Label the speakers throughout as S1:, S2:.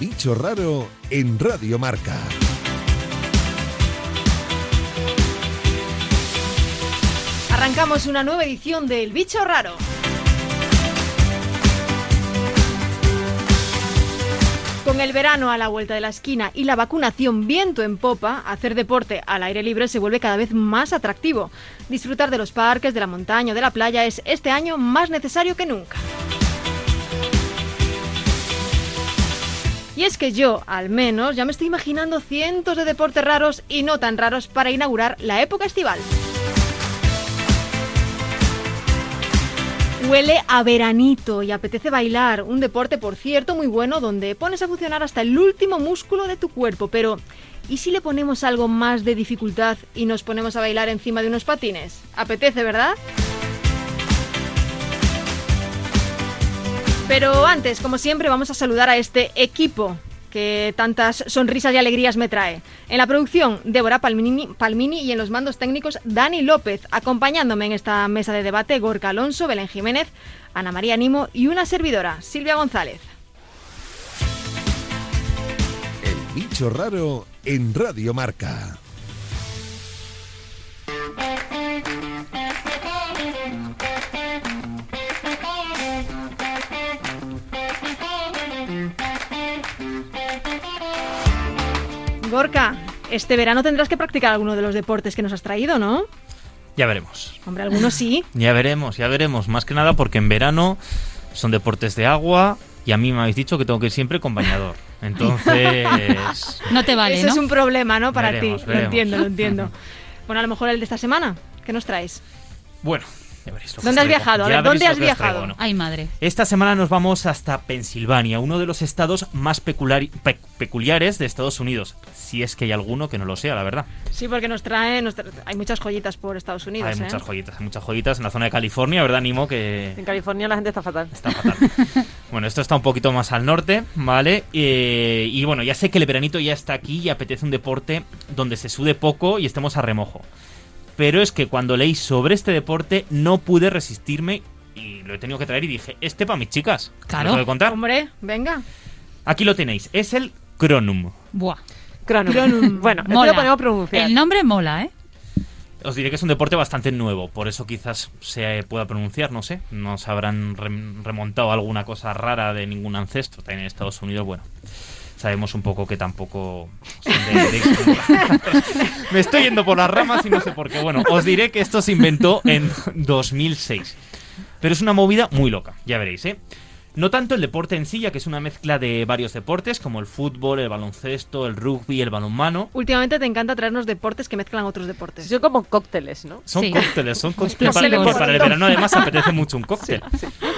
S1: bicho raro en Radio Marca.
S2: Arrancamos una nueva edición del bicho raro. Con el verano a la vuelta de la esquina y la vacunación viento en popa, hacer deporte al aire libre se vuelve cada vez más atractivo. Disfrutar de los parques, de la montaña, de la playa es este año más necesario que nunca. Y es que yo, al menos, ya me estoy imaginando cientos de deportes raros y no tan raros para inaugurar la época estival. Huele a veranito y apetece bailar, un deporte por cierto muy bueno donde pones a funcionar hasta el último músculo de tu cuerpo, pero ¿y si le ponemos algo más de dificultad y nos ponemos a bailar encima de unos patines? Apetece, ¿verdad? Pero antes, como siempre, vamos a saludar a este equipo que tantas sonrisas y alegrías me trae. En la producción, Débora Palmini, Palmini, y en los mandos técnicos, Dani López, acompañándome en esta mesa de debate, Gorka Alonso, Belén Jiménez, Ana María Nimo y una servidora, Silvia González.
S1: El bicho raro en Radio Marca.
S2: Gorka, este verano tendrás que practicar alguno de los deportes que nos has traído, ¿no?
S3: Ya veremos.
S2: Hombre, algunos sí.
S3: Ya veremos, ya veremos. Más que nada porque en verano son deportes de agua y a mí me habéis dicho que tengo que ir siempre con bañador. Entonces...
S4: No te vale,
S2: Eso
S4: ¿no?
S2: es un problema, ¿no? Para
S3: Veremos,
S2: ti. Lo
S3: veremos.
S2: entiendo, lo entiendo. Bueno, a lo mejor el de esta semana. ¿Qué nos traes?
S3: Bueno, ya veréis lo que
S2: ¿Dónde
S3: os
S2: has
S3: traigo.
S2: viajado? A
S3: Ya
S2: ver, ¿dónde
S3: veréis lo
S2: has
S3: que os traigo,
S2: viajado?
S3: ¿no?
S4: Ay, madre.
S3: Esta semana nos vamos hasta Pensilvania, uno de los estados más peculiari- pe- peculiares de Estados Unidos. Si es que hay alguno que no lo sea, la verdad.
S2: Sí, porque nos trae, nos tra- hay muchas joyitas por Estados Unidos.
S3: hay
S2: ¿eh?
S3: muchas joyitas, hay muchas joyitas en la zona de California, ¿verdad, Nimo? Que
S5: En California la gente está fatal.
S3: está fatal. bueno, esto está un poquito más al norte, ¿vale? Eh, y bueno, ya sé que el veranito ya está aquí y apetece un deporte donde se sude poco y estemos a remojo. Pero es que cuando leí sobre este deporte no pude resistirme y lo he tenido que traer y dije, este para mis chicas. ¿Os lo
S4: Claro.
S3: tengo que contar?
S2: Hombre, venga.
S3: Aquí lo tenéis, es el cronum.
S4: Buah.
S5: Cronum. Bueno, esto
S4: Mola.
S5: lo podemos pronunciar.
S4: El nombre mola, ¿eh?
S3: Os diré que es un deporte bastante nuevo, por eso quizás se pueda pronunciar, no sé. Nos habrán rem- remontado alguna cosa rara de ningún ancestro. También en Estados Unidos, bueno, sabemos un poco que tampoco... son de- de- Me estoy yendo por las ramas y no sé por qué. Bueno, os diré que esto se inventó en 2006. Pero es una movida muy loca, ya veréis, ¿eh? No tanto el deporte en sí, ya que es una mezcla de varios deportes, como el fútbol, el baloncesto, el rugby, el balonmano.
S2: Últimamente te encanta traernos deportes que mezclan otros deportes.
S5: Son como cócteles, ¿no?
S3: Son
S4: Sí.
S3: cócteles, son cócteles. Para,
S4: Explosivos.
S3: para el verano además apetece mucho un cóctel.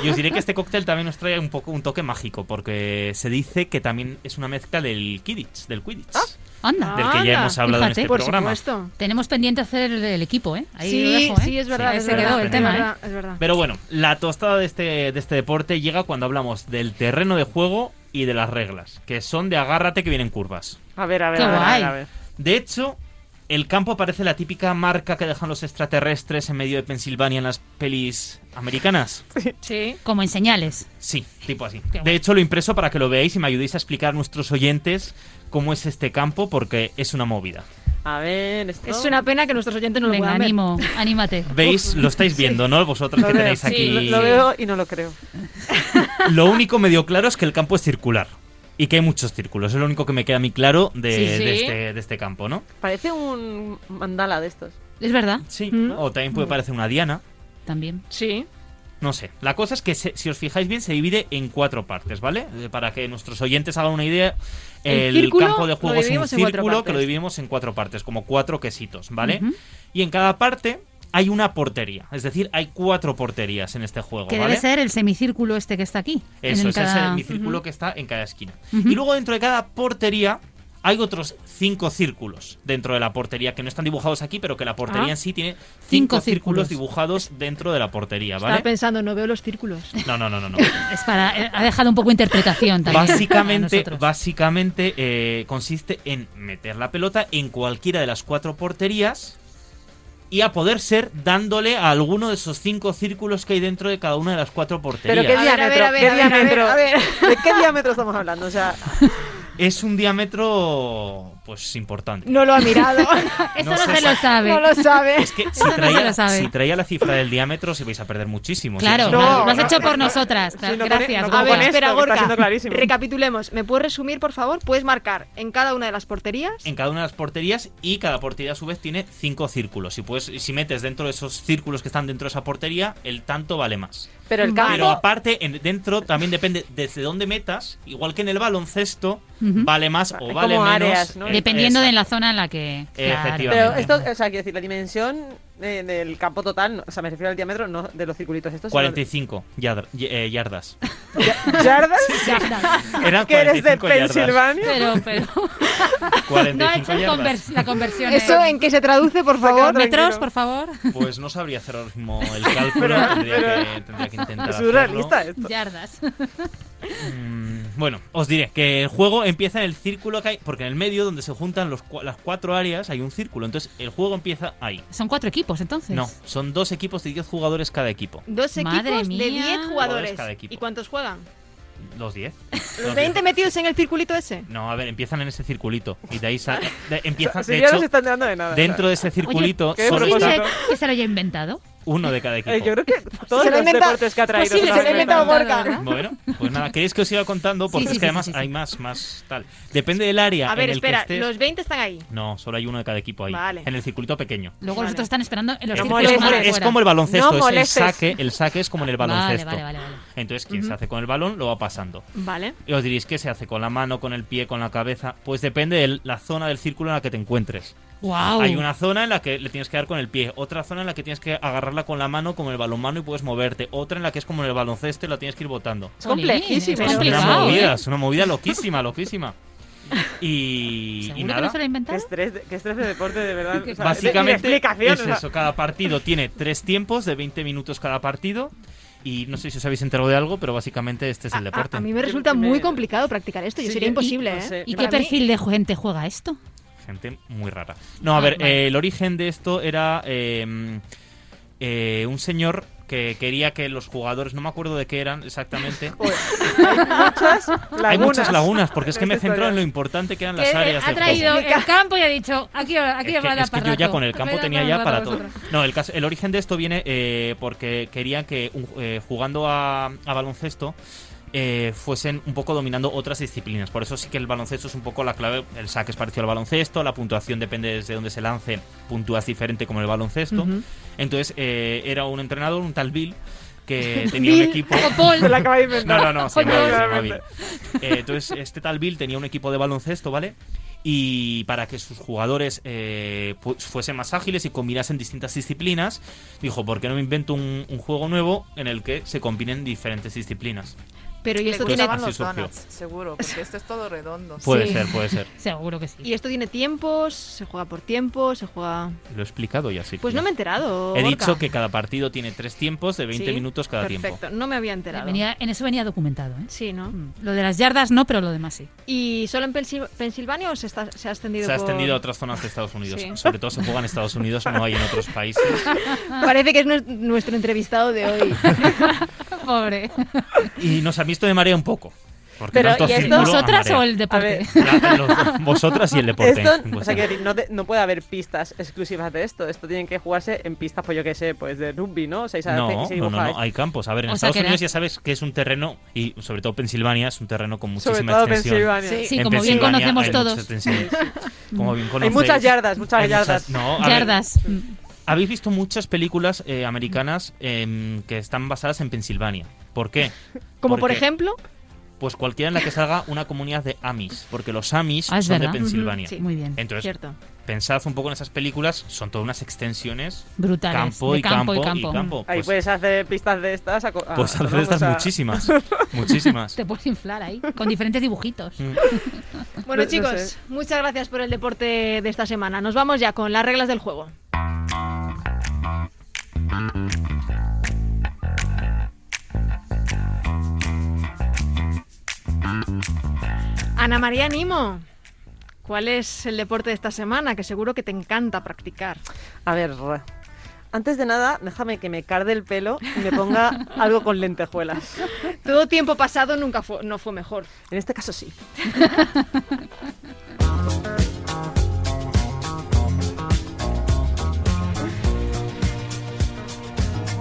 S3: Y os diré que este cóctel también nos trae un poco un toque mágico, porque se dice que también es una mezcla del Kidditch, del Quidditch,
S4: Anda.
S3: del que ya
S2: Anda,
S3: hemos hablado
S4: Ah. fíjate.
S3: en este
S2: Por
S3: programa.
S2: supuesto.
S4: Tenemos pendiente hacer el equipo, ¿eh? Ahí
S2: sí,
S4: lo dejo, ¿eh?
S2: sí, es verdad.
S3: Sí,
S2: es
S4: ahí se
S2: verdad,
S4: quedó el
S2: es
S4: tema, ¿eh?
S2: verdad, es verdad.
S3: Pero bueno, la tostada de este, de este deporte llega cuando hablamos del terreno de juego y de las reglas, que son de agárrate que vienen curvas.
S5: A ver, a ver,
S4: Qué
S5: a ver, a
S4: guay.
S5: ver, a ver.
S3: De hecho, el campo parece la típica marca que dejan los extraterrestres en medio de Pensilvania en las pelis americanas.
S2: Sí.
S4: Como en señales.
S3: Sí, tipo así.
S4: Qué
S3: De
S4: guay.
S3: hecho, lo impreso para que lo veáis y me ayudéis a explicar a nuestros oyentes cómo es este campo, porque es una movida.
S5: A ver, esto...
S2: Es una pena que nuestros oyentes no lo
S4: Venga,
S2: puedan ver.
S4: ánimo, anímate.
S3: ¿Veis? Lo estáis viendo, ¿no? Vosotros
S5: Lo
S3: que
S5: veo,
S3: tenéis
S5: sí,
S3: aquí.
S5: lo, lo veo y no lo creo.
S3: Lo único medio claro es que el campo es circular. Y que hay muchos círculos. Es lo único que me queda a mí claro de,
S4: Sí, sí.
S3: de este, de este campo, ¿no?
S5: Parece un mandala de estos.
S4: Es verdad,
S3: Sí.
S2: Mm.
S3: O también puede parecer una diana.
S4: también.
S2: Sí.
S3: No sé. La cosa es que, se- si os fijáis bien, se divide en cuatro partes, ¿vale? Eh, Para que nuestros oyentes hagan una idea,
S2: El
S3: el,
S2: círculo
S3: campo de
S2: lo
S3: juego es un
S2: dividimos en cuatro
S3: círculo que lo
S2: partes.
S3: dividimos en cuatro partes, como cuatro quesitos, ¿vale?
S4: Ujú.
S3: Y en cada parte hay una portería, es decir, hay cuatro porterías en este juego,
S4: Que
S3: ¿vale?
S4: debe ser el semicírculo este que está aquí. en
S3: Eso, es
S4: cada-
S3: el semicírculo que está en cada esquina.
S4: Ujú.
S3: Y luego dentro de cada portería hay otros cinco círculos dentro de la portería que no están dibujados aquí, pero que la portería
S2: Ah.
S3: en sí tiene
S4: Cinco
S3: cinco, círculos.
S4: círculos.
S3: dibujados dentro de la portería,
S2: Estaba
S3: ¿vale?
S2: pensando, no veo los círculos.
S3: No, no, no, no, no.
S4: Es para, eh, ha dejado un poco interpretación también. a
S3: Básicamente,
S4: nosotros.
S3: básicamente eh, consiste en meter la pelota en cualquiera de las cuatro porterías y a poder ser dándole a alguno de esos cinco círculos que hay dentro de cada una de las cuatro porterías.
S5: Pero qué
S2: A ver, a ver,
S5: diámetro,
S2: a ver,
S5: qué
S2: a ver, a ver,
S5: diámetro.
S2: a ver.
S5: ¿De qué diámetro estamos hablando? O sea,
S3: es un diámetro pues importante.
S2: No lo ha mirado.
S3: No
S4: Eso no,
S3: se
S4: se
S3: sabe.
S4: lo sabe.
S2: no lo sabe.
S3: Es que si
S4: Eso no se
S3: traía,
S4: lo sabe.
S3: si traía la cifra del diámetro, se vais a perder muchísimo.
S4: Claro,
S3: Si
S2: No,
S3: eso-
S4: lo has
S5: no,
S4: hecho
S5: no,
S4: por
S5: no.
S4: nosotras.
S5: Sí, no pone-
S4: Gracias,
S5: no
S2: A
S5: Con
S2: ver,
S4: guapa.
S5: esto
S2: espera,
S5: que está
S2: Gorka.
S5: siendo clarísimo.
S2: Recapitulemos. ¿Me puedes resumir, por favor? ¿Puedes marcar en cada una de las porterías?
S3: en cada una de las porterías y cada portería a su vez tiene cinco círculos. Si puedes, si metes dentro de esos círculos que están dentro de esa portería, el tanto vale más.
S5: Pero el
S2: Vale.
S3: Pero
S5: campo.
S3: aparte, en- dentro también depende desde dónde metas, igual que en el baloncesto,
S4: Ujú.
S3: vale más
S5: Hay
S3: o vale
S5: como
S3: menos.
S5: áreas, ¿no?
S3: Eh,
S4: Dependiendo de
S3: exacto.
S4: la zona en la que. claro.
S3: Efectivamente.
S5: Pero esto, o sea, quiero decir, la dimensión eh, del campo total, no- o sea, me refiero al diámetro no de los circulitos estos. sino
S3: 45 yardr- y- eh, yardas.
S5: de- ¿Yardas?
S3: Eran
S5: ¿Que eres de
S3: 45 yardas.
S5: Pensilvania?
S4: Pero, pero. No ha
S3: 45
S4: hecho el
S3: yardas.
S4: conver- la conversión.
S2: ¿Eso
S4: eh.
S2: en qué se traduce, por
S5: quedado
S2: favor?
S5: tranquilo.
S4: metros, por favor.
S3: Pues no sabría hacer ahora mismo el cálculo, tendría, que, tendría que intentar
S5: Es
S3: hacerlo.
S5: surrealista esto.
S4: Yardas.
S3: Mm, Bueno, os diré que el juego empieza en el círculo que hay, porque en el medio donde se juntan los cua- las cuatro áreas hay un círculo, entonces el juego empieza ahí.
S4: Son cuatro equipos entonces.
S3: No, son dos equipos de 10 jugadores cada equipo.
S2: Dos equipos
S4: Madre mía.
S2: de 10
S3: Jugadores
S2: jugadores.
S3: cada equipo.
S2: ¿Y cuántos juegan?
S3: ¿Los 10?
S2: ¿Los 20 metidos en el circulito ese?
S3: No, a ver, empiezan en ese circulito y de ahí sa- de- empiezan,
S5: Si
S3: de
S5: ya no
S3: hecho,
S5: se están dando de nada.
S3: dentro de ese circulito
S5: qué
S3: solo
S5: brutal.
S3: está
S4: Posible eh, que se lo haya inventado.
S3: uno de cada
S5: o sea, eh,
S3: equipo.
S5: yo creo que todos
S2: Se lo
S5: los
S2: inventa-
S5: deportes que ha traído.
S2: posible,
S5: son
S2: se lo ha inventado
S5: así.
S2: Gorka.
S4: ¿verdad?
S3: Bueno, pues nada, ¿queréis que os siga contando? Porque
S4: Sí, sí,
S3: es que
S4: sí,
S3: además
S4: sí, sí.
S3: hay más, más tal. Depende del área
S2: A ver,
S3: en el
S2: espera,
S3: que estés.
S2: los 20 están ahí.
S3: No, solo hay uno de cada equipo ahí.
S2: Vale.
S3: En el circulito pequeño.
S4: Luego
S2: Vale.
S4: los otros están esperando en los
S3: Es,
S5: No
S4: círculos
S3: es-
S5: molestes.
S4: más
S3: es
S4: afuera.
S3: como el baloncesto,
S5: No
S3: es el
S5: molestes.
S3: saque, el saque es como en el baloncesto.
S4: Vale, vale, vale. vale.
S3: Entonces, quien se hace con el balón lo va pasando.
S2: Vale.
S3: Y os diréis, ¿qué se hace con la mano, con el pie, con la cabeza? Pues depende de la zona del círculo en la que te encuentres.
S4: Wow.
S3: Hay una zona en la que le tienes que dar con el pie, otra zona en la que tienes que agarrarla con la mano como en el balonmano y puedes moverte, otra en la que es como en el baloncesto y la tienes que ir botando.
S5: Es complejísimo.
S4: Es
S3: Es una
S4: complicado.
S3: movida,
S4: ¿eh?
S3: es una movida loquísima, loquísima. Y,
S4: ¿Seguro
S3: y
S4: que no
S3: nada.
S4: se lo ha
S5: Qué
S4: inventado?
S5: estrés, de- qué estrés de deporte, de verdad. o sea,
S3: Básicamente
S5: de- de explicación,
S3: es
S5: o sea,
S3: eso, cada partido tiene tres tiempos de 20 minutos cada partido y no sé si os habéis enterado de algo, pero básicamente este es el
S2: A- a-
S3: deporte.
S2: A, mí me resulta
S5: me-
S2: muy complicado practicar esto. Yo
S5: Sí,
S2: sería
S5: yo-
S2: imposible,
S5: no
S2: ¿eh?
S5: sé.
S4: ¿Y qué
S2: Para mí-
S4: perfil de gente juega esto?
S3: Gente muy rara. No, a
S4: Ah,
S3: ver,
S4: vale.
S3: eh, el origen de esto era eh, eh, un señor que quería que los jugadores, no me acuerdo de qué eran exactamente.
S5: muchas
S3: Hay muchas lagunas, porque es
S5: en
S3: que me he
S5: esta
S3: centrado en lo
S5: historia.
S3: importante que eran
S4: Que,
S3: las
S4: eh,
S3: áreas
S4: ha
S3: del
S4: traído
S3: juego.
S4: el campo y ha dicho aquí aquí
S3: Es
S4: va a
S3: que,
S4: dar
S3: es que
S4: para
S3: yo ya
S4: rato.
S3: con el campo
S4: Voy a
S3: tenía
S4: dar
S3: ya para todo.
S4: vosotros.
S3: No, el, caso- el origen de esto viene eh, porque querían que un- eh, jugando a, a baloncesto eh, fuesen un poco dominando otras disciplinas. Por eso sí que el baloncesto es un poco la clave. El saque es parecido al baloncesto, la puntuación depende desde donde se lance, puntúas diferente como el baloncesto.
S2: Ujú.
S3: Entonces eh, era un entrenador, un tal Bill, que tenía un
S2: Bill
S3: equipo...
S4: O Paul,
S5: Se la acaba de inventar.
S3: No, no, no, se llamaba Bill, se llamaba
S5: Claramente.
S3: Bill. Eh, entonces, este tal Bill tenía un equipo de baloncesto, ¿vale? Y para que sus jugadores eh, pu- fuesen más ágiles y combinasen distintas disciplinas, dijo, ¿por qué no me invento un, un juego nuevo en el que se combinen diferentes disciplinas?
S2: Pero y
S6: Le
S2: esto
S3: Pues-
S2: tiene Pues
S6: gustaban
S3: así
S6: los
S3: surgió.
S6: donuts, seguro, porque esto es todo redondo.
S3: Puede
S2: Sí.
S3: ser, puede ser.
S4: seguro que sí.
S2: y esto tiene tiempos, se juega por tiempos, se juega.
S3: Lo he explicado ya, sí.
S2: Pues no me he enterado.
S3: He
S2: Gorka.
S3: dicho que cada partido tiene tres tiempos de 20
S2: Sí,
S3: minutos cada tiempo.
S2: Perfecto, no me había enterado.
S4: Venía- en eso venía documentado, ¿eh?
S2: Sí, ¿no?
S4: este Mm. Lo de las yardas no, pero lo demás sí.
S2: ¿Y solo en Pensil- Pensilvania o se, está- se ha extendido?
S3: Se ha
S2: por-
S3: extendido a otras zonas de Estados Unidos.
S2: Sí.
S3: Sobre todo se juega en Estados Unidos, no hay en otros países.
S2: Parece que es nues- nuestro entrevistado de hoy.
S4: Pobre.
S3: Y nos han visto de marea un poco. Porque
S5: Pero,
S3: tanto
S5: ¿y esto?
S3: círculo, a
S4: ¿Nosotras
S3: marea.
S4: o el
S5: A
S4: deporte?
S5: ver.
S3: La- los- vosotras y el deporte. Pues en
S5: Esto, o sea,
S3: cuestión.
S5: quiero decir, no, te- no puede haber pistas exclusivas de esto. Esto tienen que jugarse en pistas, pues yo qué sé, pues de rugby, ¿no? O sea, y se hace-
S3: no,
S5: y se
S3: no, no,
S5: dibuja
S3: no, hay campos. A ver, en
S4: O sea,
S3: Estados
S4: que era-
S3: Unidos ya sabes que es un terreno, y sobre todo Pensilvania, es un terreno con muchísima
S5: sobre todo
S3: extensión.
S5: Pensilvania.
S6: Sí.
S4: Sí,
S3: En
S4: como bien
S3: Pensilvania
S4: conocemos
S3: hay
S4: todos.
S3: mucha extensión. Como bien
S5: Hay
S3: conocéis,
S5: muchas yardas, muchas
S3: pues hay muchas-
S5: yardas.
S3: no, a ver,
S4: Yardas.
S3: habéis visto muchas películas eh, americanas em, que están basadas en Pensilvania. ¿Por qué?
S2: Como por
S3: Porque-
S2: ejemplo.
S3: Pues cualquiera en la que salga una comunidad de Amis, porque los Amis
S4: Ah, es
S3: son
S4: verdad.
S3: de
S4: Ujú,
S3: Pensilvania.
S2: sí.
S4: Muy bien.
S3: Entonces,
S2: Cierto.
S3: pensad un poco en esas películas, son todas unas extensiones
S4: Brutales.
S3: campo,
S4: de
S3: y campo y campo.
S5: Ahí
S3: Pues-
S5: puedes hacer pistas de estas. A, co- Ah, a-
S3: Pues a
S5: ¿no?
S3: veces
S5: O
S3: estás
S5: sea,
S3: muchísimas. Muchísimas.
S4: Te puedes inflar ahí, con diferentes dibujitos.
S3: Mm.
S2: Bueno,
S5: No- no
S2: chicos,
S5: sé.
S2: muchas gracias por el deporte de esta semana. Nos vamos ya con las reglas del juego. Ana María Nimo, ¿cuál es el deporte de esta semana que seguro que te encanta practicar?
S5: A ver, Antes de nada, déjame que me carde el pelo y me ponga algo con lentejuelas.
S2: Todo tiempo pasado nunca fue, no fue mejor.
S5: En este caso sí.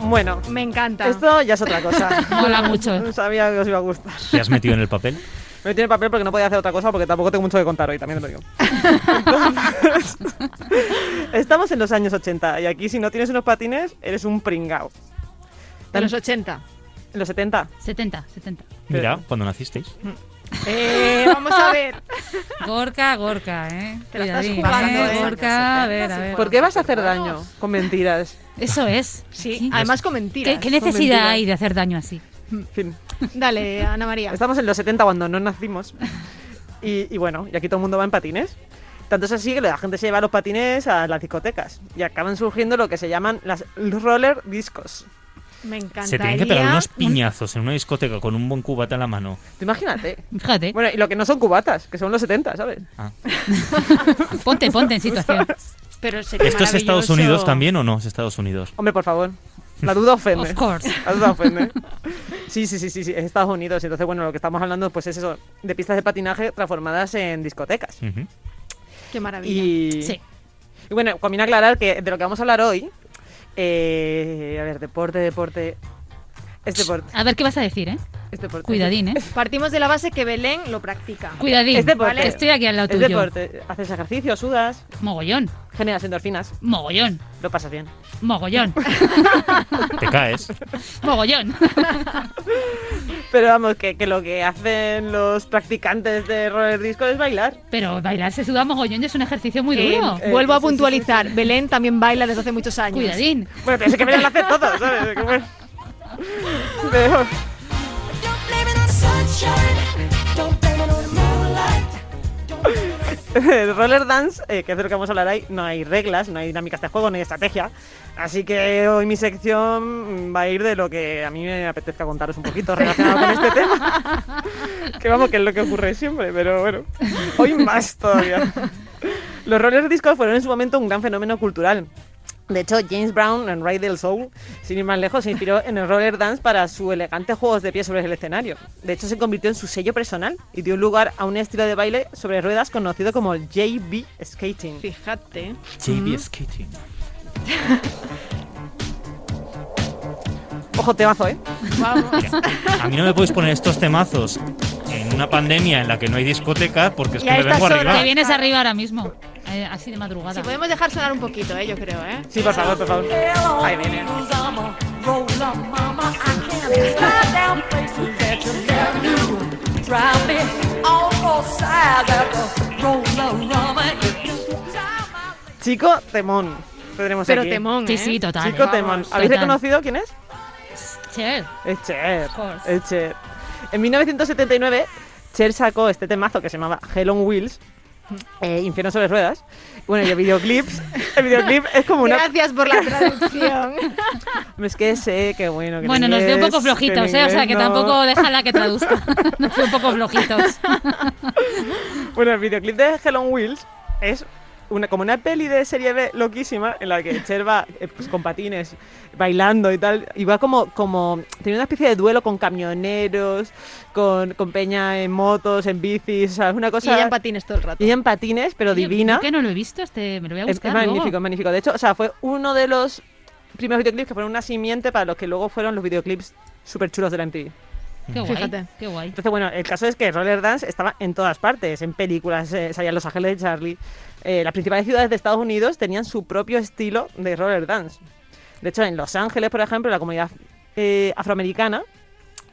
S5: Bueno,
S2: Me encanta.
S5: esto ya es otra cosa.
S4: Mola mucho.
S5: No sabía que os iba a gustar.
S3: ¿Te has metido en el papel?
S5: Me tiene papel porque no podía hacer otra cosa porque tampoco tengo mucho que contar hoy, también te lo digo. Entonces, estamos en los años 80 y aquí si no tienes unos patines eres un pringao.
S2: De los 80.
S5: En los 70.
S4: 70, 70.
S3: Mira, cuando nacisteis.
S2: Eh, vamos a ver.
S4: Gorka, Gorka, ¿eh?
S2: Te la estás
S4: Cuidadín,
S2: jugando, ¿eh?
S4: Gorka, a ver, a ver.
S5: ¿Por qué vas a hacer daño con mentiras?
S4: Eso es.
S2: Sí, además con mentiras.
S4: ¿Qué, qué
S5: son
S4: necesidad
S5: mentiras.
S4: hay de hacer daño así?
S5: En fin,
S2: Dale, Ana María.
S5: estamos en los 70 cuando no nacimos. Y, y bueno, y aquí todo el mundo va en patines. Tanto es así que la gente se lleva los patines a las discotecas y acaban surgiendo lo que se llaman las roller discos.
S2: Me encantaría.
S3: Se tienen que pegar unos piñazos en una discoteca con un buen cubata en la mano.
S5: Tú Imagínate.
S4: Fíjate,
S5: Bueno, y lo que no son cubatas, que son los 70, ¿sabes?
S3: Ah.
S4: ponte, ponte en situación.
S2: Pero sería
S3: ¿Esto es Estados
S2: maravilloso.
S3: Unidos también o no? Es Estados Unidos.
S5: Hombre, por favor. La duda ofende.
S4: Of course.
S5: La duda ofende. Sí, sí, sí, sí, sí, es Estados Unidos. Entonces, bueno, lo que estamos hablando pues es eso, de pistas de patinaje transformadas en discotecas.
S3: Ujú.
S2: Qué maravilla.
S5: Y,
S4: Sí.
S5: y bueno, conviene aclarar que de lo que vamos a hablar hoy, eh, a ver, deporte, deporte, es deporte,
S4: A ver qué vas a decir, ¿eh?
S5: Pues es deporte.
S4: Cuidadín, ¿eh?
S2: Partimos de la base que Belén lo practica.
S4: Cuidadín.
S5: Es deporte.
S4: que Estoy aquí al lado
S5: Es
S4: tuyo.
S5: deporte, haces ejercicio, sudas,
S4: Mogollón,
S5: generas endorfinas,
S4: mogollón,
S5: lo pasas bien.
S4: mogollón,
S3: Te caes.
S4: mogollón.
S5: Pero vamos, que, que lo que hacen los practicantes de roller disco es bailar.
S4: Pero bailar se suda mogollón y es un ejercicio muy
S2: Eh,
S4: duro.
S5: eh,
S2: vuelvo a
S5: sí, sí,
S2: puntualizar. Belén también baila desde hace muchos años.
S4: Cuidadín.
S5: Bueno, pero es que me lo hace todo, ¿sabes? Que bueno. Pero- El roller dance, eh, que es de lo que vamos a hablar ahí, no hay reglas, no hay dinámicas de juego, no hay estrategia. Así que hoy mi sección mm, va a ir de lo que a mí me apetezca contaros un poquito relacionado con este tema. Que vamos, que es lo que ocurre siempre, pero bueno, hoy más todavía. Los roller discos fueron en su momento un gran fenómeno cultural. De hecho, James Brown en Ray del Soul, sin ir más lejos, se inspiró en el roller dance para su elegante juegos de pie sobre el escenario. De hecho, se convirtió en su sello personal y dio lugar a un estilo de baile sobre ruedas conocido como el JB skating.
S2: Fíjate.
S3: JB Skating.
S5: Ojo, temazo, ¿eh?
S2: Vamos.
S3: Mira, a mí no me podéis poner estos temazos en una pandemia en la que no hay discoteca porque es
S2: Y
S3: que
S2: a
S3: me
S2: estas
S3: vengo
S2: horas.
S4: Te
S5: Ah.
S3: arriba.
S4: vienes arriba ahora mismo. eh, así de madrugada.
S2: Si podemos dejar sonar un poquito, eh, yo creo, ¿eh?
S5: Sí, por favor, por favor. Ahí viene. Chico Temón. Tendremos
S2: Pero
S5: aquí.
S2: temón,
S4: Sí,
S2: ¿eh?
S4: sí, total.
S5: Chico Temón.
S4: Vamos,
S5: ¿Habéis
S4: total.
S5: reconocido quién es?
S4: Cher.
S5: Es Cher.
S4: course.
S5: Es Cher. En 1979, Cher sacó este temazo que se llamaba Hell on Wheels.
S4: Mm.
S5: eh, Infierno sobre ruedas. Bueno, y el videoclip, el videoclip es como una...
S2: Gracias por la traducción.
S5: Es que sé, qué bueno. Que
S4: Bueno, nos ve un poco flojitos,
S5: flojitos,
S4: ¿eh? O sea, que tampoco déjala que traduzca. Nos ve un poco flojitos.
S5: Bueno, el videoclip de Hell on Wheels es una, como una peli de serie B loquísima en la que Cher va eh, pues, con patines, bailando y tal, y va como, como tiene una especie de duelo con camioneros, con, con peña en motos, en bicis, o sea, es una
S2: Y
S5: cosa...
S2: ella en patines todo el rato.
S5: y ella en patines, pero
S4: Oye,
S5: divina.
S4: yo que no lo he visto, este, me lo voy a
S5: Es, es
S4: buscar. luego.
S5: magnífico, es magnífico. De hecho, o sea, fue uno de los primeros videoclips que fueron una simiente para los que luego fueron los videoclips súper chulos de la MTV.
S4: Qué guay.
S2: Fíjate.
S4: Qué guay.
S5: Entonces, bueno, el caso es que Roller Dance estaba en todas partes, en películas, eh, salía en Los Ángeles de Charlie. Eh, las principales ciudades de Estados Unidos tenían su propio estilo de Roller Dance. De hecho, en Los Ángeles, por ejemplo, la comunidad eh, afroamericana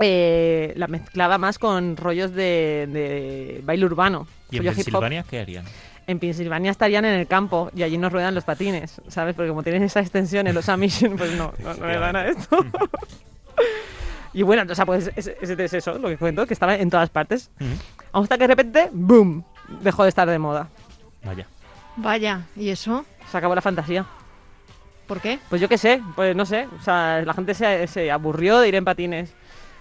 S5: eh, la mezclaba más con rollos de, de baile urbano.
S3: ¿Y en
S5: rollo Pues hip hop.
S3: Pensilvania qué harían?
S5: En Pensilvania estarían en el campo y allí nos ruedan los patines, ¿sabes? Porque como tienen esa extensión en los Amish, pues no, no, no le dan a esto. y bueno, o sea, pues es, es- es eso lo que cuento, que estaba en todas partes.
S3: Ujú.
S5: Hasta que de repente, ¡boom! Dejó de estar de moda.
S3: Vaya.
S2: Vaya, ¿y eso?
S5: Se acabó la fantasía.
S2: ¿Por qué?
S5: Pues yo qué sé, pues no sé. O sea, la gente se, se aburrió de ir en patines.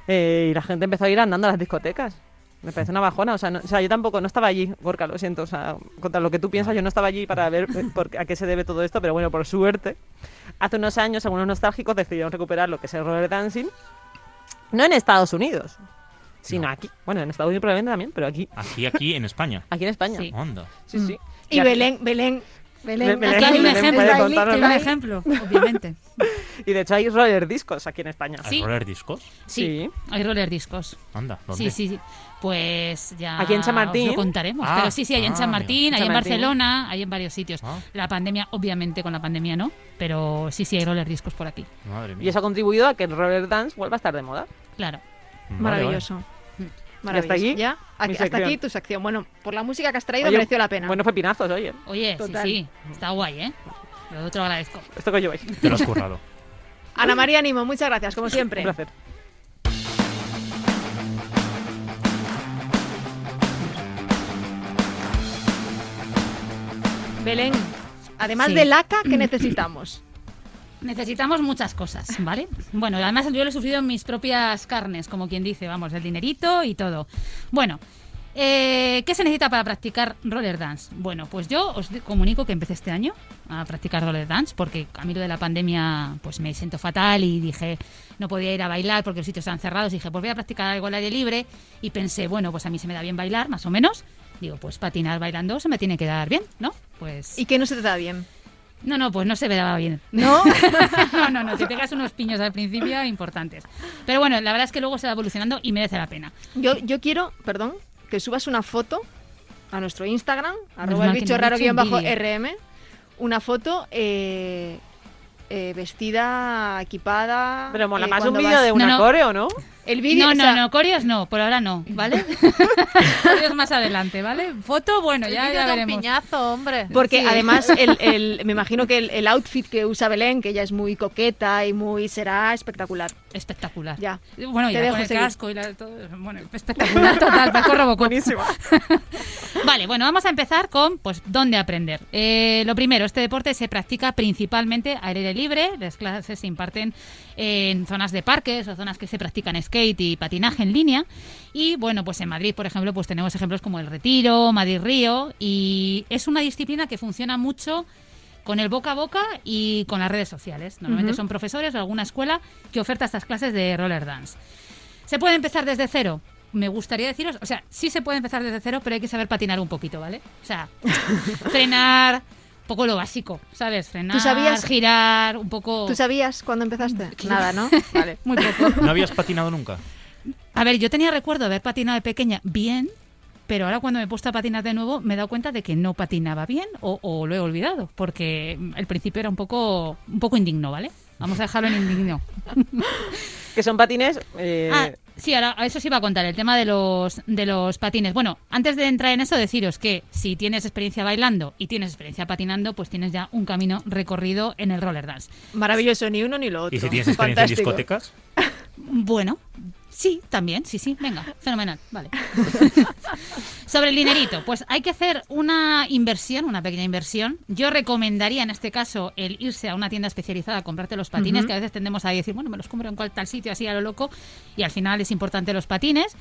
S5: Eh, y la gente empezó a ir andando a las discotecas. Me parece una bajona. O sea, no- o sea, yo tampoco, no estaba allí, Gorka, lo siento. O sea, contra lo que tú piensas, yo no estaba allí para ver eh, por- a qué se debe todo esto, pero bueno, por suerte. Hace unos años, algunos nostálgicos decidieron recuperar lo que es el roller dancing, no en Estados Unidos, sino aquí. Bueno, en Estados Unidos probablemente también, pero aquí.
S3: Aquí, aquí en España.
S5: Aquí en España.
S4: Sí.
S3: Onda.
S5: Sí, sí.
S2: Mm. Y
S5: aquí-
S2: Belén, Belén, Belén.
S5: Belén,
S4: Aquí hay un
S5: Belén
S4: ejemplo,
S5: puede
S4: Daily,
S5: contarnos.
S4: que hay un ejemplo, obviamente.
S5: Y de hecho hay roller discos aquí en España.
S3: ¿Al
S4: Sí.
S3: roller discos?
S5: Sí.
S4: Sí, hay roller discos.
S3: Anda, ¿dónde?
S4: Sí, sí, sí. Pues ya
S5: Aquí en San Martín.
S4: os lo contaremos.
S3: Ah,
S4: pero sí, sí, hay en
S3: ah,
S4: San
S3: amigo.
S4: Martín,
S5: San
S4: hay en
S5: Martín.
S4: Barcelona, hay en varios sitios.
S3: Ah.
S4: La pandemia, obviamente, con la pandemia no, pero sí, sí, hay roller discos por aquí.
S3: Madre mía.
S5: Y eso ha contribuido a que el roller dance vuelva a estar de moda.
S4: Claro.
S3: Vale,
S2: Maravilloso. Maravilloso.
S5: hasta aquí
S2: Ya, aquí-
S5: mi
S2: hasta
S5: sección.
S2: aquí tu sección. Bueno, por la música que has traído
S5: Oye,
S2: mereció la pena.
S5: Buenos pepinazos, oye.
S4: Oye,
S2: Total.
S4: sí, sí, está guay, ¿eh? Lo otro agradezco.
S5: Esto que lleváis.
S3: vale. Te lo has currado.
S2: Ana María Nimo, muchas gracias, como
S5: Un
S2: siempre.
S5: placer.
S2: Belén, además
S4: Sí.
S2: de laca, ¿qué necesitamos?
S4: Necesitamos muchas cosas, ¿vale? Bueno, además yo lo he sufrido en mis propias carnes, como quien dice, vamos, el dinerito y todo. Bueno, eh, ¿qué se necesita para practicar roller dance? Bueno, pues yo os di- comunico que empecé este año a practicar roller dance porque a mí lo de la pandemia pues me siento fatal y dije no podía ir a bailar porque los sitios estaban cerrados. Y dije, pues voy a practicar algo al aire libre y pensé, bueno, pues a mí se me da bien bailar, más o menos. Digo, pues patinar bailando se me tiene que dar bien, ¿no? Pues...
S2: ¿Y qué no se te da bien?
S4: No, no, pues no se me daba bien.
S2: ¿No?
S4: no, no, no, te pegas unos piños al principio importantes. Pero bueno, la verdad es que luego se va evolucionando y merece la pena.
S2: Yo, yo quiero, perdón, que subas una foto a nuestro Instagram, arroba
S4: mal
S2: el
S4: que
S2: bicho
S4: no he
S2: raro
S4: hecho
S2: guión
S4: un
S2: bajo
S4: vídeo.
S2: RM, una foto eh, eh, vestida, equipada.
S5: Pero mola
S2: eh,
S5: más un
S2: cuando
S5: vídeo
S2: vas-
S5: de una
S4: no.
S5: coreo, ¿no?
S2: El vídeo,
S4: No,
S2: o
S4: no,
S2: sea,
S4: no, coreos no, por ahora no, ¿vale? coreos más adelante, ¿vale? Foto, bueno,
S6: El
S4: ya,
S6: vídeo
S4: ya
S6: de un
S4: veremos.
S6: piñazo, hombre.
S2: Porque
S4: Sí.
S2: además, el, el- me imagino que el, el outfit que usa Belén, que ella es muy coqueta y muy será espectacular.
S4: Espectacular.
S2: Ya.
S4: Bueno,
S2: Te
S4: ya
S2: dejo
S4: con el
S2: seguir.
S4: casco y la, todo. Bueno, espectacular total, pues Paco Robocop.
S5: Buenísimo.
S4: Vale, bueno, vamos a empezar con, pues, dónde aprender. Eh, lo primero, este deporte se practica principalmente al aire libre. Las clases se imparten en zonas de parques o zonas que se practican skate y patinaje en línea. Y bueno, pues en Madrid, por ejemplo, pues tenemos ejemplos como el Retiro, Madrid Río. Y es una disciplina que funciona mucho con el boca a boca y con las redes sociales. Normalmente
S2: Ujú.
S4: son profesores o alguna escuela que oferta estas clases de roller dance. ¿Se puede empezar desde cero? Me gustaría deciros, o sea, sí se puede empezar desde cero, pero hay que saber patinar un poquito, ¿vale? O sea, frenar, un poco lo básico, ¿sabes? Frenar,
S2: sabías-
S4: girar, un poco...
S2: ¿Tú sabías cuando empezaste? Nada, ¿no? Vale.
S4: Muy poco.
S3: ¿No habías patinado nunca?
S4: A ver, yo tenía recuerdo de haber patinado de pequeña bien, pero ahora cuando me he puesto a patinar de nuevo me he dado cuenta de que no patinaba bien o, o lo he olvidado, porque el principio era un poco, un poco indigno, ¿vale? Vamos a dejarlo en indigno.
S5: que son patines. eh,
S4: Ah, sí, ahora a eso sí iba a contar, el tema de los, de los patines. Bueno, antes de entrar en eso, deciros que si tienes experiencia bailando y tienes experiencia patinando, pues tienes ya un camino recorrido en el roller dance.
S2: Maravilloso, ni uno ni lo otro.
S3: ¿Y si tienes experiencia
S2: Fantástico.
S3: en discotecas?
S4: Bueno, sí, también, sí, sí, venga, fenomenal, vale. Sobre el dinerito, pues hay que hacer una inversión, una pequeña inversión. Yo recomendaría en este caso el irse a una tienda especializada a comprarte los patines,
S2: Ujú.
S4: que a veces tendemos a decir, bueno, me los compro en cual tal sitio, así a lo loco, y al final es importante los patines.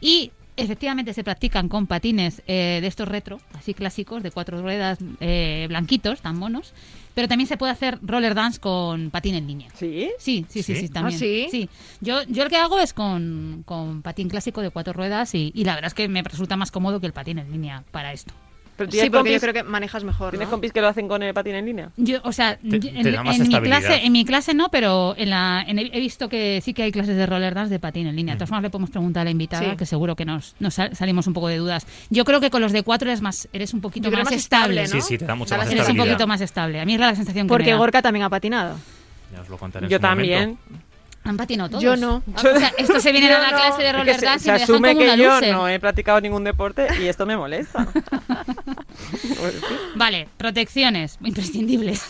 S4: Y efectivamente se practican con patines eh, de estos retro, así clásicos, de cuatro ruedas, eh, blanquitos, tan monos. Pero también se puede hacer roller dance con patín en línea.
S5: Sí.
S4: Sí, sí, sí,
S3: ¿Sí?
S4: sí, también.
S2: ¿Ah, sí?
S4: Yo, yo el que hago es con, con patín clásico de cuatro ruedas y, y la verdad es que me resulta más cómodo que el patín en línea para esto.
S5: Pero
S2: Sí,
S5: tienes
S2: porque yo
S5: compis,
S2: creo que manejas mejor.
S5: ¿tienes
S2: ¿no?
S5: compis que lo hacen con el patín en línea.
S4: Yo, o sea, yo- en,
S3: te da más
S4: en mi
S3: estabilidad.
S4: clase, en mi clase no, pero en la, en- he visto que sí que hay clases de roller dance de patín en línea.
S3: Mm.
S4: De todas formas le podemos preguntar a la invitada,
S2: Sí.
S4: que seguro que nos, nos sal- salimos un poco de dudas. Yo creo que con los de cuatro eres más, eres un poquito
S2: Yo creo
S4: más,
S2: más
S4: estable.
S2: estable, ¿no?
S3: Sí, sí, te da
S2: Da
S3: mucha
S2: la
S3: más
S4: Eres un
S3: estabilidad.
S4: poquito más estable. A mí es la sensación que me
S2: Porque
S4: da.
S2: Gorka también ha patinado.
S3: Ya os lo contaré en
S5: Yo
S3: su momento.
S5: también.
S4: ¿Han patinado todos?
S2: Yo no.
S4: Ah, pues, O sea, esto se viene
S5: Yo
S4: a la
S5: no.
S4: clase de
S5: Es que
S4: roller
S5: se-
S4: dance
S5: se
S4: y me dejan
S5: asume
S4: como
S5: que
S4: una
S5: yo
S4: loser.
S5: no he practicado ningún deporte y esto me molesta. Pues sí.
S4: Vale, protecciones imprescindibles.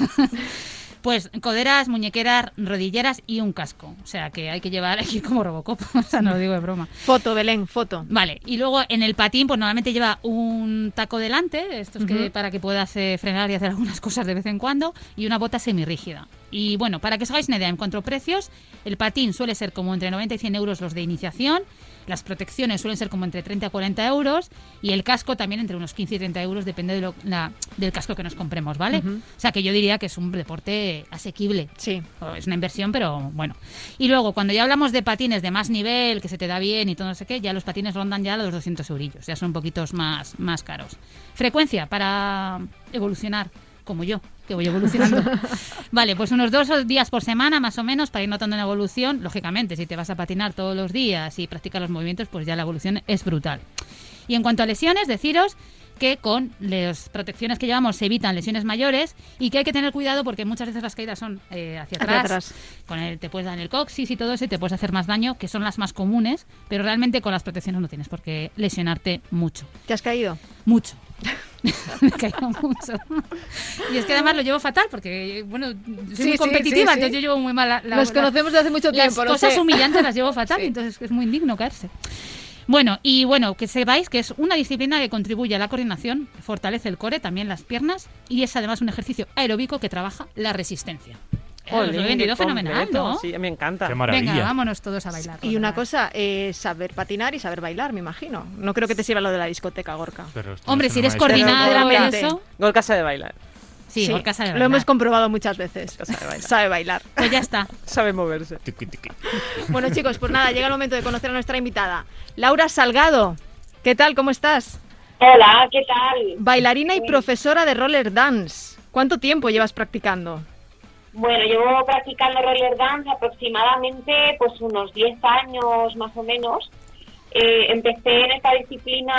S4: Pues coderas, muñequeras, rodilleras y un casco. O sea que hay que llevar aquí como Robocop. O sea, no lo digo de broma.
S2: Foto, Belén, foto.
S4: Vale, y luego en el patín, pues normalmente lleva un taco delante, estos que
S2: Ujú.
S4: para que puedas eh, frenar y hacer algunas cosas de vez en cuando, y una bota semirrígida. Y bueno, para que os hagáis una idea en cuanto a precios, el patín suele ser como entre 90 y 100 euros los de iniciación, las protecciones suelen ser como entre 30 a 40 euros y el casco también entre unos 15 y 30 euros, depende de lo- la- del casco que nos compremos, ¿vale? O sea que yo diría que es un deporte asequible.
S2: Sí.
S4: O Es una inversión, pero bueno. Y luego, cuando ya hablamos de patines de más nivel, que se te da bien y todo no sé qué, ya los patines rondan ya los 200 eurillos, ya son un poquitos más, más caros. Frecuencia para evolucionar, como yo, que voy evolucionando. vale, pues unos dos días por semana más o menos para ir notando una evolución. Lógicamente, si te vas a patinar todos los días y practicas los movimientos, pues ya la evolución es brutal. Y en cuanto a lesiones, deciros que con las protecciones que llevamos se evitan lesiones mayores y que hay que tener cuidado porque muchas veces las caídas son eh, hacia,
S2: Hacia
S4: atrás,
S2: atrás.
S4: Con el, te puedes dar en el coxis y todo eso y te puedes hacer más daño, que son las más comunes, pero realmente con las protecciones no tienes por qué lesionarte mucho.
S2: ¿Te has caído?
S4: Mucho. me caigo mucho. Y es que además lo llevo fatal porque, bueno, soy
S2: Sí, sí,
S4: muy competitiva,
S2: sí, sí.
S4: entonces yo llevo muy mal la, la-
S2: Los
S4: la-
S2: conocemos desde hace mucho
S4: las
S2: tiempo. lo
S4: cosas
S2: sé.
S4: humillantes las llevo fatal,
S2: Sí.
S4: entonces es muy indigno caerse. Bueno, y bueno, que sepáis que es una disciplina que contribuye a la coordinación, fortalece el core, también las piernas, y es además un ejercicio aeróbico que trabaja la resistencia. Eh, os lo he
S5: Jolín,
S4: vendido
S5: qué
S4: fenomenal,
S5: completo.
S4: ¿no?
S5: Sí, me encanta.
S3: Qué maravilla.
S4: Venga, vámonos todos a bailar.
S2: Y una cosa, eh, saber patinar y saber bailar, me imagino. No creo que te sirva lo de la discoteca, Gorka.
S3: Pero esto no
S4: Hombre,
S3: es
S4: si
S3: una
S4: eres
S3: maestra.
S4: coordinada y
S2: Seguramente.
S4: eso,
S5: Gorka sabe bailar,
S4: sí, por casa de
S2: Lo
S4: bailar.
S2: hemos comprobado muchas veces.
S5: Sabe bailar.
S2: Sabe bailar.
S4: Pues ya está.
S5: sabe moverse.
S3: Tiqui, tiqui.
S2: Bueno, chicos, pues nada, llega el momento de conocer a nuestra invitada, Laura Salgado. ¿Qué tal? ¿Cómo estás?
S7: Hola, ¿qué tal?
S2: Bailarina y profesora de roller dance. ¿Cuánto tiempo llevas practicando?
S7: Bueno, llevo practicando roller dance aproximadamente pues unos 10 años más o menos. Eh, empecé en esta disciplina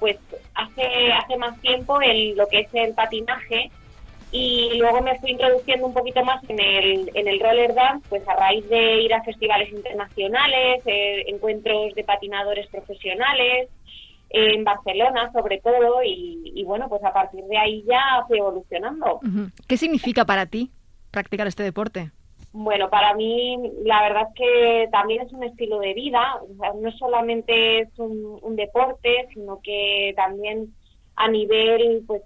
S7: pues hace, hace más tiempo en lo que es el patinaje y luego me fui introduciendo un poquito más en el, en el roller dance pues a raíz de ir a festivales internacionales, eh, encuentros de patinadores profesionales eh, en Barcelona sobre todo y, y bueno pues a partir de ahí ya fui evolucionando.
S2: Ujú. ¿Qué significa para ti practicar este deporte?
S7: Bueno, para mí la verdad es que también es un estilo de vida, o sea, no solamente es un, un deporte, sino que también a nivel pues,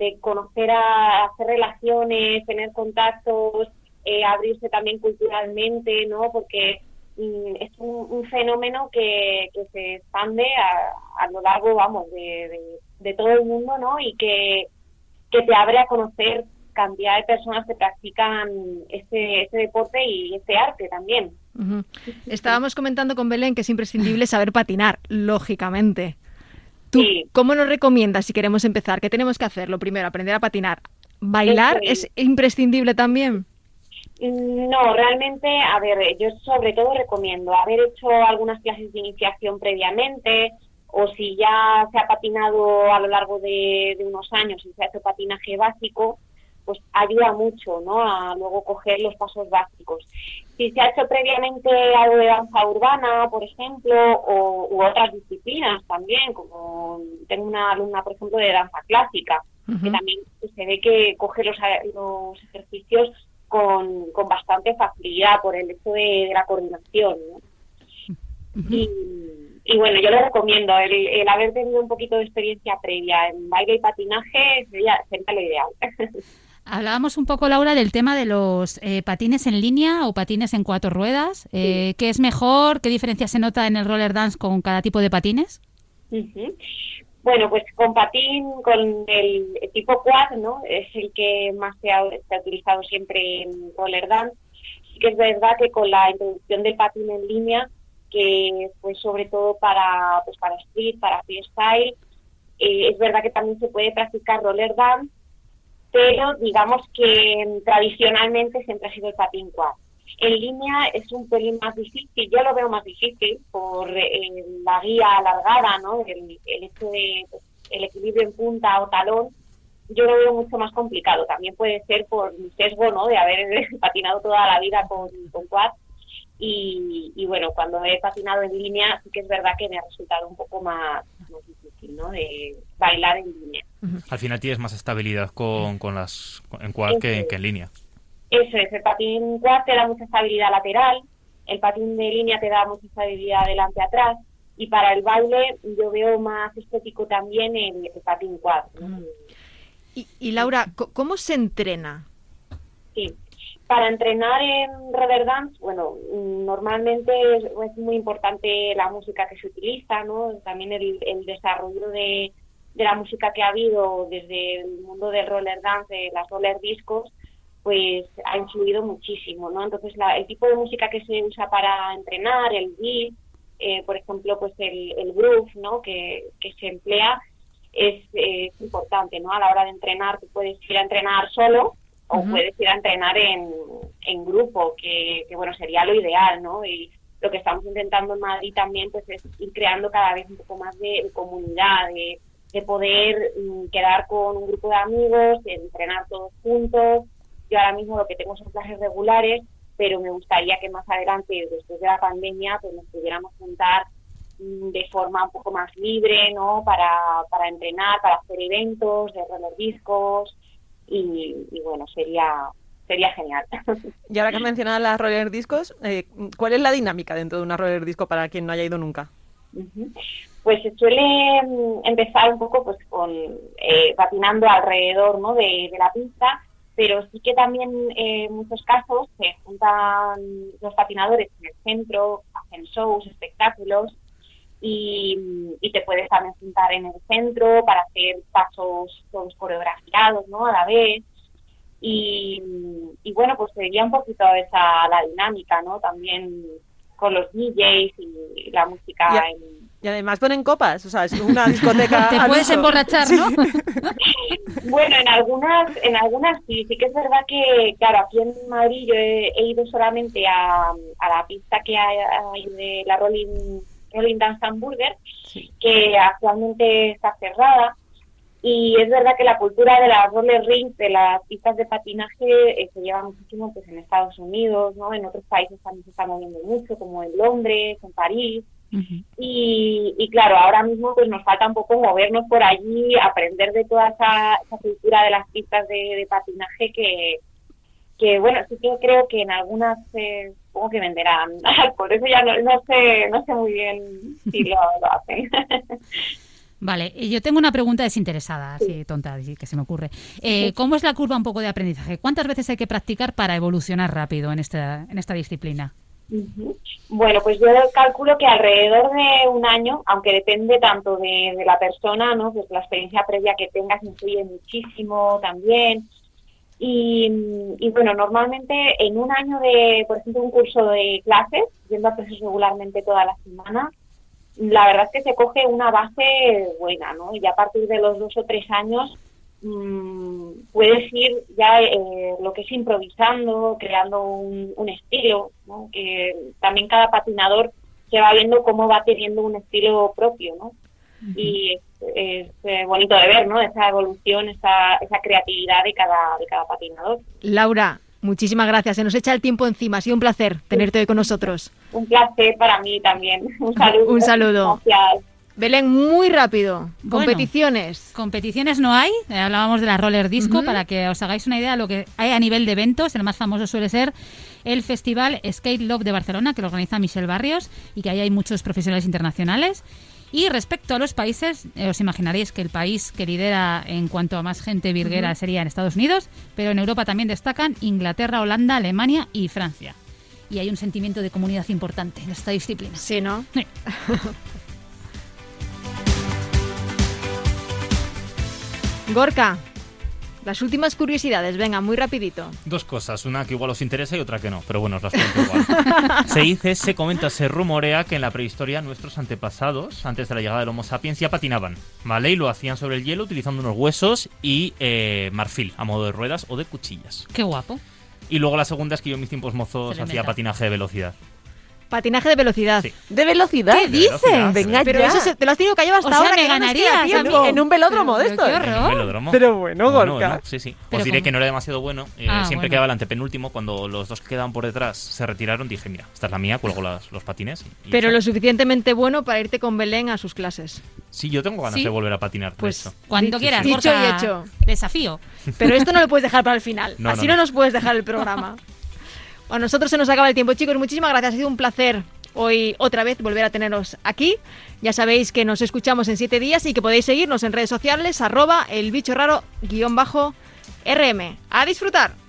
S7: de conocer, a, hacer relaciones, tener contactos, eh, abrirse también culturalmente, ¿no? Porque mm, es un, un fenómeno que, que se expande a, a lo largo, vamos, de, de- de todo el mundo, ¿no? Y que que te abre a conocer cantidad de personas que practican este, este deporte y este arte también.
S2: Ujú. Estábamos comentando con Belén que es imprescindible saber patinar, lógicamente. ¿Tú
S7: Sí.
S2: cómo nos recomiendas si queremos empezar? ¿Qué tenemos que hacer? Lo primero, aprender a patinar. ¿Bailar
S7: Eso es.
S2: es imprescindible también?
S7: Mm, No, realmente, a ver, eh, yo sobre todo recomiendo haber hecho algunas clases de iniciación previamente o si ya se ha patinado a lo largo de, de unos años y se ha hecho patinaje básico, pues ayuda mucho, ¿no? A luego coger los pasos básicos. Si se ha hecho previamente algo de danza urbana, por ejemplo, o, u otras disciplinas también, como tengo una alumna, por ejemplo, de danza clásica, que
S2: Ujú.
S7: también se ve que coge los, los ejercicios con, con bastante facilidad por el hecho de, de la coordinación. ¿no? y, y bueno, yo lo recomiendo, el, el haber tenido un poquito de experiencia previa en baile y patinaje sería, sería lo ideal.
S4: Hablábamos un poco, Laura, del tema de los eh, patines en línea o patines en cuatro ruedas. Eh, ¿Qué es mejor? ¿Qué diferencia se nota en el roller dance con cada tipo de patines?
S7: Ujú. Bueno, pues con patín, con el tipo quad, ¿no? Es el que más se ha, se ha utilizado siempre en roller dance. Sí que es verdad que con la introducción del patín en línea, que fue sobre todo para, pues para street, para freestyle, eh, es verdad que también se puede practicar roller dance, pero digamos que mm, tradicionalmente siempre ha sido el patín quad. En línea es un pelín más difícil, yo lo veo más difícil por eh, la guía alargada, ¿no? El, el hecho de pues, el equilibrio en punta o talón, yo lo veo mucho más complicado. También puede ser por mi sesgo, ¿no? De haber patinado toda la vida con, con quad. Y, y bueno, cuando he patinado en línea, sí que es verdad que me ha resultado un poco más, más difícil, ¿no? De bailar en línea.
S3: Al final tienes más estabilidad con, con las en cual que, que en línea.
S7: Eso es, el patín quad te da mucha estabilidad lateral, el patín de línea te da mucha estabilidad delante atrás, y para el baile yo veo más estético también el, el patín quad. ¿no?
S2: Y, y Laura, co- ¿cómo se entrena?
S7: Sí. Pa- Para entrenar en roller dance, bueno, normalmente es, es muy importante la música que se utiliza, ¿no? También el, el desarrollo de, de la música que ha habido desde el mundo del roller dance, de las roller discos, pues ha influido muchísimo, ¿no? Entonces, la- el tipo de música que se usa para entrenar, el beat, eh, por ejemplo, pues el, el groove, ¿no? Que, que se emplea es, eh, es importante, ¿no? A la hora de entrenar, tú puedes ir a entrenar solo o
S4: Ujú.
S7: puedes ir a entrenar en, en grupo, que, que, bueno, sería lo ideal, ¿no? Y lo que estamos intentando en Madrid también, pues es ir creando cada vez un poco más de, de comunidad, de, de poder mm, quedar con un grupo de amigos, entrenar todos juntos. Yo ahora mismo lo que tengo son clases regulares, pero me gustaría que más adelante, después de la pandemia, pues nos pudiéramos juntar mm, de forma un poco más libre, ¿no? Para, para entrenar, para hacer eventos, de roller discos y, y bueno, sería sería genial.
S5: Y ahora que has mencionado las roller discos, eh, ¿cuál es la dinámica dentro de una roller disco para quien no haya ido nunca?
S7: Ujú. Pues se suele mm, empezar un poco pues con eh, patinando alrededor ¿no? de, de la pista, pero sí que también eh, en muchos casos se juntan los patinadores en el centro, hacen shows, espectáculos y, mm, y te puedes también juntar en el centro para hacer pasos todos coreografiados ¿no? a la vez. Y, mm, y bueno, pues sería un poquito esa la dinámica, ¿no? También con los DJs y la música
S5: Ya.
S7: en,
S5: Y además ponen copas, o sea, es una discoteca.
S4: Te
S5: al
S4: puedes
S5: uso.
S4: emborrachar,
S5: Sí.
S4: ¿no?
S7: Bueno, en algunas, en algunas sí, sí que es verdad que, claro, aquí en Madrid yo he, he ido solamente a, a la pista que hay hay de la Rolling, Rolling Dance Hamburger, que actualmente está cerrada. Y es verdad que la cultura de las roller rings, de las pistas de patinaje, eh, se lleva muchísimo pues, en Estados Unidos, ¿no? En otros países también se está moviendo mucho, como en Londres, en París.
S4: Ujú.
S7: Y, y claro, ahora mismo pues nos falta un poco movernos por allí, aprender de toda esa, esa cultura de las pistas de, de patinaje que, que, bueno, sí que creo que en algunas eh, supongo que venderán por Eso ya no, no sé no sé muy bien si lo, lo hacen.
S4: Vale, y yo tengo una pregunta desinteresada, así tonta, así que se me ocurre. Eh, ¿Cómo es la curva un poco de aprendizaje? ¿Cuántas veces hay que practicar para evolucionar rápido en esta, en esta disciplina?
S7: Ujú. Bueno, pues yo calculo que alrededor de un año, aunque depende tanto de, de la persona, ¿no? Pues la experiencia previa que tengas influye muchísimo también. Y, y bueno, normalmente en un año de, por ejemplo, un curso de clases, yendo a clases regularmente toda la semana, la verdad es que se coge una base buena, ¿no? Y a partir de los dos o tres años mm, puedes ir ya eh, lo que es improvisando, creando un, un estilo, ¿no? Que también cada patinador se va viendo cómo va teniendo un estilo propio, ¿no? Y es, es, eh, bonito de ver, ¿no? Esa evolución, esa, esa creatividad de cada, de cada patinador.
S2: Laura, muchísimas gracias. Se nos echa el tiempo encima. Ha sido un placer tenerte hoy con nosotros.
S7: Un placer para mí también. Un saludo.
S2: Un saludo.
S7: Gracias.
S2: Belén, muy rápido.
S4: Bueno.
S2: Competiciones.
S4: Competiciones no hay, eh, hablábamos de la roller disco,
S2: Ujú.
S4: para que os hagáis una idea de lo que hay a nivel de eventos, el más famoso suele ser el Festival Skate Love de Barcelona, que lo organiza Michel Barrios y que ahí hay muchos profesionales internacionales. Y respecto a los países, eh, os imaginaréis que el país que lidera en cuanto a más gente virguera sería en Estados Unidos, pero en Europa también destacan Inglaterra, Holanda, Alemania y Francia. Y hay un sentimiento de comunidad importante en esta disciplina.
S2: Sí, ¿no?
S4: Sí.
S2: Gorka, las últimas curiosidades. Venga, muy rapidito.
S3: Dos cosas, una que igual os interesa y otra que no, pero bueno, os las cuento igual. Se dice, se comenta, se rumorea que en la prehistoria nuestros antepasados, antes de la llegada del Homo sapiens, ya patinaban, ¿vale? Y lo hacían sobre el hielo utilizando unos huesos y eh, marfil, a modo de ruedas o de cuchillas.
S4: Qué guapo.
S3: Y luego la segunda es que yo en mis tiempos
S4: Se
S3: mozos
S4: lo
S3: hacía
S4: inventa.
S3: patinaje de velocidad.
S2: Patinaje de velocidad.
S3: Sí.
S5: ¿De velocidad?
S3: ¿Qué dices? velocidad, de
S5: Venga
S2: Pero
S5: ya.
S2: eso se- te lo has tenido que llevar
S4: O
S2: hasta
S4: sea,
S2: ahora.
S4: me
S2: que ya nos queda
S4: ganarías a mí
S2: tiempo.
S5: En un velódromo de
S4: Pero- pero
S5: estos.
S4: qué
S3: En un
S4: horror.
S3: velódromo.
S5: Pero bueno,
S3: Bueno,
S5: Gorka.
S3: bueno, sí, sí.
S4: Pero
S3: Os diré
S4: ¿cómo?
S3: que no era demasiado bueno. eh,
S4: Ah,
S3: siempre
S4: bueno.
S3: quedaba el antepenúltimo. Cuando los dos que quedaban por detrás se retiraron, dije, mira, esta es la mía, cuelgo las- los patines. y- y
S2: Pero
S3: chao.
S2: lo suficientemente bueno para irte con Belén a sus clases.
S3: Sí, yo tengo ganas
S4: Sí.
S3: de volver a patinar. de
S2: Pues-
S3: hecho.
S4: Cuando
S2: Dicho-
S4: quieras,
S2: dicho y
S4: Gorka.
S2: hecho.
S4: Desafío.
S2: Pero esto no lo puedes dejar para el final.
S3: No,
S2: Así no,
S3: no, no.
S2: nos puedes dejar el programa. A nosotros se nos acaba el tiempo, chicos. Muchísimas gracias. Ha sido un placer hoy otra vez volver a teneros aquí. Ya sabéis que nos escuchamos en siete días y que podéis seguirnos en redes sociales, arroba el bicho raro guión bajo RM. A disfrutar.